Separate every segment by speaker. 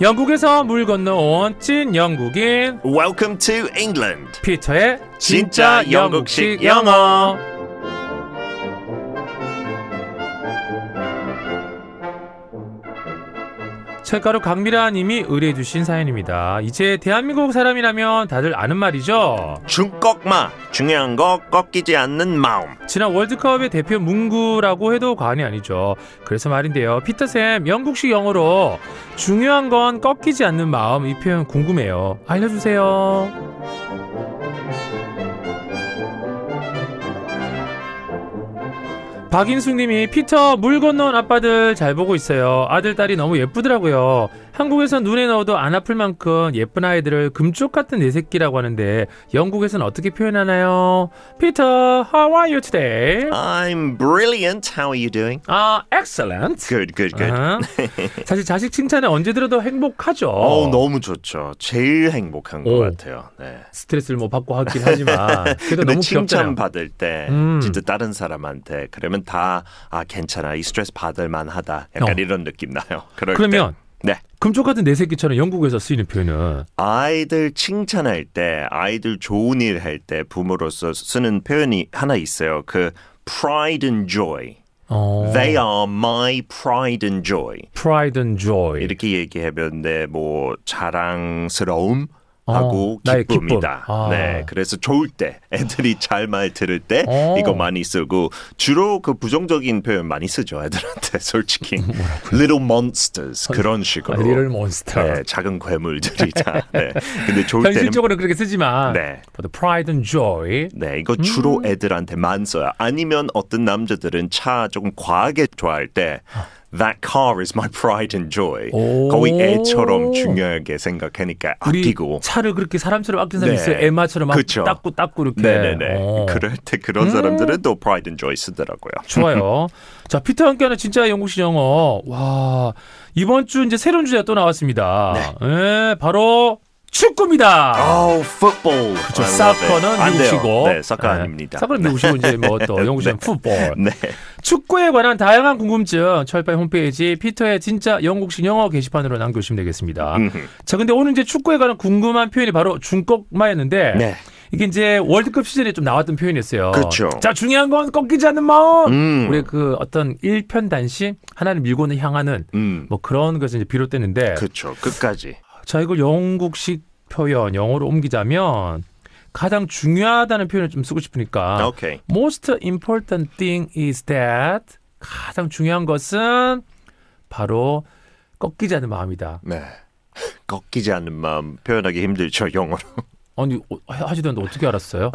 Speaker 1: 영국에서 물 건너온 찐 영국인
Speaker 2: Welcome to England.
Speaker 1: 피터의
Speaker 2: 진짜 영국식 영어.
Speaker 1: 철가루 강미라님이 의뢰해주신 사연입니다. 이제 대한민국 사람이라면 다들 아는 말이죠.
Speaker 2: 중꺾마 중요한 거 꺾이지 않는 마음.
Speaker 1: 지난 월드컵의 대표 문구라고 해도 과언이 아니죠. 그래서 말인데요. 피터쌤, 영국식 영어로 중요한 건 꺾이지 않는 마음 이 표현 궁금해요. 알려주세요. 박인숙님이 피터 물 건너온 아빠들 잘 보고 있어요. 아들 딸이 너무 예쁘더라고요. 한국에선 눈에 넣어도 안 아플 만큼 예쁜 아이들을 금쪽 같은 내 새끼라고 하는데 영국에선 어떻게 표현하나요? Peter, how are you today?
Speaker 2: I'm brilliant. How are you doing?
Speaker 1: 아, excellent.
Speaker 2: Good, good, good.
Speaker 1: 아하. 사실 자식 칭찬에 언제 들어도 행복하죠.
Speaker 2: 네. 어 너무 좋죠. 제일 행복한 것
Speaker 1: 오.
Speaker 2: 같아요. 네.
Speaker 1: 스트레스를 뭐 받고 하긴 하지만 그래도
Speaker 2: 근데
Speaker 1: 너무 귀엽잖아요.
Speaker 2: 칭찬 받을 때
Speaker 1: 음.
Speaker 2: 진짜 다른 사람한테 그러면 다 아 괜찮아 이 스트레스 받을 만하다 약간
Speaker 1: 어.
Speaker 2: 이런 느낌 나요. 그럴
Speaker 1: 그러면
Speaker 2: 때. 네.
Speaker 1: 금쪽 같은 내 새끼처럼 영국에서 쓰이는 표현은
Speaker 2: 아이들 칭찬할 때, 아이들 좋은 일 할 때 부모로서 쓰는 표현이 하나 있어요. 그 pride and joy.
Speaker 1: 어,
Speaker 2: They are my pride and joy.
Speaker 1: pride and joy.
Speaker 2: 이렇게 얘기하면 내뭐 자랑스러움
Speaker 1: 어,
Speaker 2: 하고
Speaker 1: 나의 기쁨.
Speaker 2: 기쁨이다.
Speaker 1: 아.
Speaker 2: 네, 그래서 좋을 때 애들이 잘 말 들을 때
Speaker 1: 어.
Speaker 2: 이거 많이 쓰고 주로 그 부정적인 표현 많이 쓰죠 애들한테 솔직히 little monsters
Speaker 1: 아,
Speaker 2: 그런 식으로
Speaker 1: 리얼 몬스터.
Speaker 2: 네, 작은 괴물들이다. 네, 근데 좋을 때는
Speaker 1: 현실적으로 그렇게 쓰지만
Speaker 2: 네.
Speaker 1: but pride and joy.
Speaker 2: 네, 이거 주로
Speaker 1: 음.
Speaker 2: 애들한테만 써요. 아니면 어떤 남자들은 차 조금 과하게 좋아할 때 That car is my pride and joy.
Speaker 1: 오.
Speaker 2: 거의 애처럼 중요하게 생각하니까
Speaker 1: 우리
Speaker 2: 아끼고.
Speaker 1: 차를 그렇게 사람처럼 아끼는 사람이
Speaker 2: 네.
Speaker 1: 있어요. 에마처럼 막
Speaker 2: 그쵸.
Speaker 1: 닦고 닦고 이렇게.
Speaker 2: 네네네.
Speaker 1: 어.
Speaker 2: 그럴 때 그런 사람들은 또 pride and joy 쓰더라고요.
Speaker 1: 좋아요. 자, 피터 함께하는 진짜 영국식 영어. 와, 이번 주 이제 새로운 주제가 또 나왔습니다. 네. 바로 축구입니다.
Speaker 2: Oh, football.
Speaker 1: 그쵸,
Speaker 2: I love it.
Speaker 1: 사커는
Speaker 2: 안 돼요.
Speaker 1: 미국식이고.
Speaker 2: 네, 사커 아닙니다.
Speaker 1: 사커는 미국식이고, 이제 뭐 또 영국식은 풋볼.
Speaker 2: 네.
Speaker 1: 축구에 관한 다양한 궁금증, 철파의 홈페이지 피터의 진짜 영국식 영어 게시판으로 남겨주시면 되겠습니다.
Speaker 2: 음흠.
Speaker 1: 자, 근데 오늘 이제 축구에 관한 궁금한 표현이 바로 중꺾마였는데.
Speaker 2: 네.
Speaker 1: 이게 이제 월드컵 시즌에 좀 나왔던 표현이었어요.
Speaker 2: 그쵸.
Speaker 1: 자, 중요한 건 꺾이지 않는 마음.
Speaker 2: 그렇죠. 음.
Speaker 1: 우리 그 어떤 일편단심 하나를 밀고는 향하는
Speaker 2: 음.
Speaker 1: 뭐 그런 것에서 이제 비롯되는데
Speaker 2: 그쵸. 끝까지.
Speaker 1: 자 이걸 영국식 표현 영어로 옮기자면 가장 중요하다는 표현을 좀 쓰고 싶으니까
Speaker 2: 오케이.
Speaker 1: most important thing is that 가장 중요한 것은 바로 꺾이지 않는 마음이다.
Speaker 2: 네. 꺾이지 않는 마음 표현하기 힘들죠, 영어로.
Speaker 1: 아니 어, 하지도 않는데 어떻게 알았어요?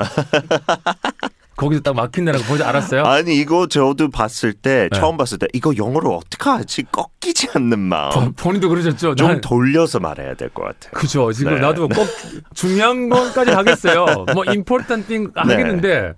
Speaker 1: 거기서 딱 막힌다는 거 보지 알았어요?
Speaker 2: 아니 이거 저도 봤을 때
Speaker 1: 네.
Speaker 2: 처음 봤을 때 이거 영어로 어떻게 하지 꺾이지 않는 마음
Speaker 1: 본- 본인도 그러셨죠?
Speaker 2: 좀
Speaker 1: 난-
Speaker 2: 돌려서 말해야 될 것 같아요.
Speaker 1: 그죠. 지금
Speaker 2: 네.
Speaker 1: 나도 꼭 중요한 건까지 하겠어요. 뭐 important thing
Speaker 2: 네.
Speaker 1: 하겠는데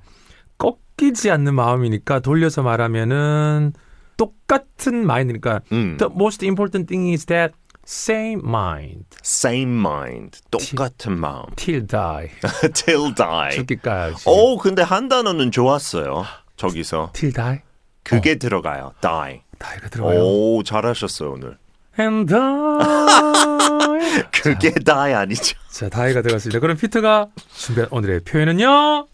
Speaker 1: 꺾이지 않는 마음이니까 돌려서 말하면은 똑같은 마인드니까
Speaker 2: 음,
Speaker 1: the most important thing is that same mind
Speaker 2: same mind 똑같은 마음
Speaker 1: till die
Speaker 2: till die.
Speaker 1: 죽기까지.
Speaker 2: 오 근데 한 단어는 좋았어요. 저기서
Speaker 1: till die.
Speaker 2: 그게 들어가요. die.
Speaker 1: die가 들어가요.
Speaker 2: 오 잘하셨어요 오늘.
Speaker 1: and die.
Speaker 2: 그게 die 아니죠.
Speaker 1: 자, die가 들어갔습니다. 그럼 피트가 준비한 오늘의 표현은요.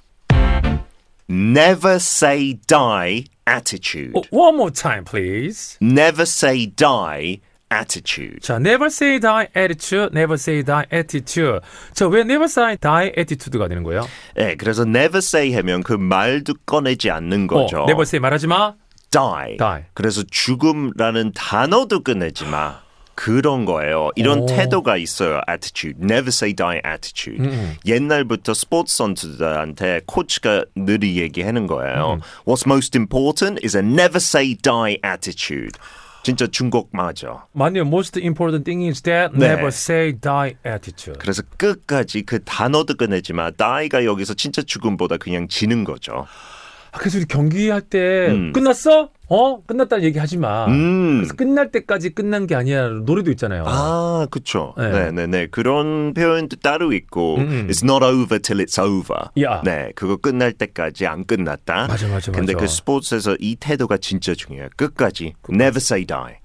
Speaker 2: Never say die attitude.
Speaker 1: 어, one more time, please.
Speaker 2: Never say die attitude.
Speaker 1: 자, never say die attitude, never say die attitude. 자, 왜 never say die attitude가 되는 거예요?
Speaker 2: 네, 그래서 never say 하면 그 말도 꺼내지 않는 거죠.
Speaker 1: 어, never say 말하지 마.
Speaker 2: die.
Speaker 1: Die.
Speaker 2: 그래서 죽음라는 단어도 끝내지 마. 그런 거예요. 이런
Speaker 1: 오.
Speaker 2: 태도가 있어요. attitude. never say die
Speaker 1: 음,
Speaker 2: attitude. 옛날부터 스포츠 선수들한테 코치가 늘이 얘기하는
Speaker 1: 음,
Speaker 2: 거예요. What's most important is a never say die attitude. 진짜 중국 맞아.
Speaker 1: 맞네요. Most important thing is that
Speaker 2: 네.
Speaker 1: never say die attitude.
Speaker 2: 그래서 끝까지 그 단어도 끝내지 마. die가 여기서 진짜 죽음보다 그냥 지는 거죠.
Speaker 1: 아, 그래서 우리 경기할 때
Speaker 2: 음.
Speaker 1: 끝났어? 어, 어 끝났다는 얘기 하지 마.
Speaker 2: 음.
Speaker 1: 그래서 끝날 때까지 끝난 게 아니야 노래도 있잖아요.
Speaker 2: 아, 그쵸.
Speaker 1: 네.
Speaker 2: 네, 네, 네. 그런 표현도 따로 있고,
Speaker 1: 음, 음.
Speaker 2: it's not over till it's over.
Speaker 1: 야.
Speaker 2: 네, 그거 끝날 때까지 안 끝났다.
Speaker 1: 맞아, 맞아,
Speaker 2: 근데
Speaker 1: 맞아.
Speaker 2: 그 스포츠에서 이 태도가 진짜 중요해요. 끝까지. Never say die.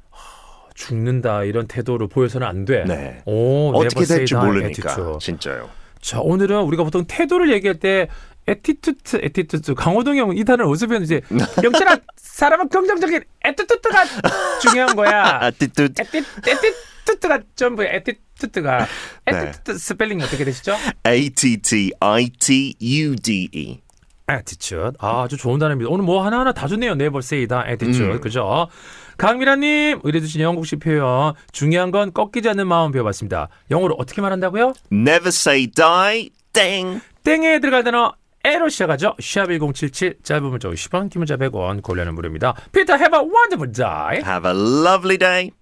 Speaker 1: 죽는다 이런 태도를 보여서는 안 돼.
Speaker 2: 네.
Speaker 1: 오,
Speaker 2: 어떻게
Speaker 1: never say
Speaker 2: 될지
Speaker 1: die
Speaker 2: 모르니까.
Speaker 1: attitude.
Speaker 2: 진짜요.
Speaker 1: 자, 오늘은 우리가 보통 태도를 얘기할 때 에티튜트, 에티튜트. 강호동 형은 이 단어를 어디서 배웠는지 영철아, 사람은 긍정적인 에티튜트가 중요한
Speaker 2: 아,
Speaker 1: 거야.
Speaker 2: attitude,
Speaker 1: 에티, 에티튜트가 전부야. 에티튜트가.
Speaker 2: 네.
Speaker 1: 에티튜트 스펠링 어떻게 되시죠?
Speaker 2: A-T-T-I-T-U-D-E.
Speaker 1: 에티튜드. 아, 아주 좋은 단어입니다. 오늘 뭐 하나하나 다 좋네요. 네버 세이다. 에티튜드.
Speaker 2: 음.
Speaker 1: 그죠? 강미라님, 의뢰주신 영국식 표현. 중요한 건 꺾이지 않는 마음 배워봤습니다. 영어로 어떻게 말한다고요?
Speaker 2: Never say die. 땡.
Speaker 1: 땡에 들어갈 단어 에로 시작하죠. 샵1077 짧은 문자 50원 긴 문자 100원 골라는 무료입니다. 피터 해봐 원더풀 다이.
Speaker 2: Have a lovely day.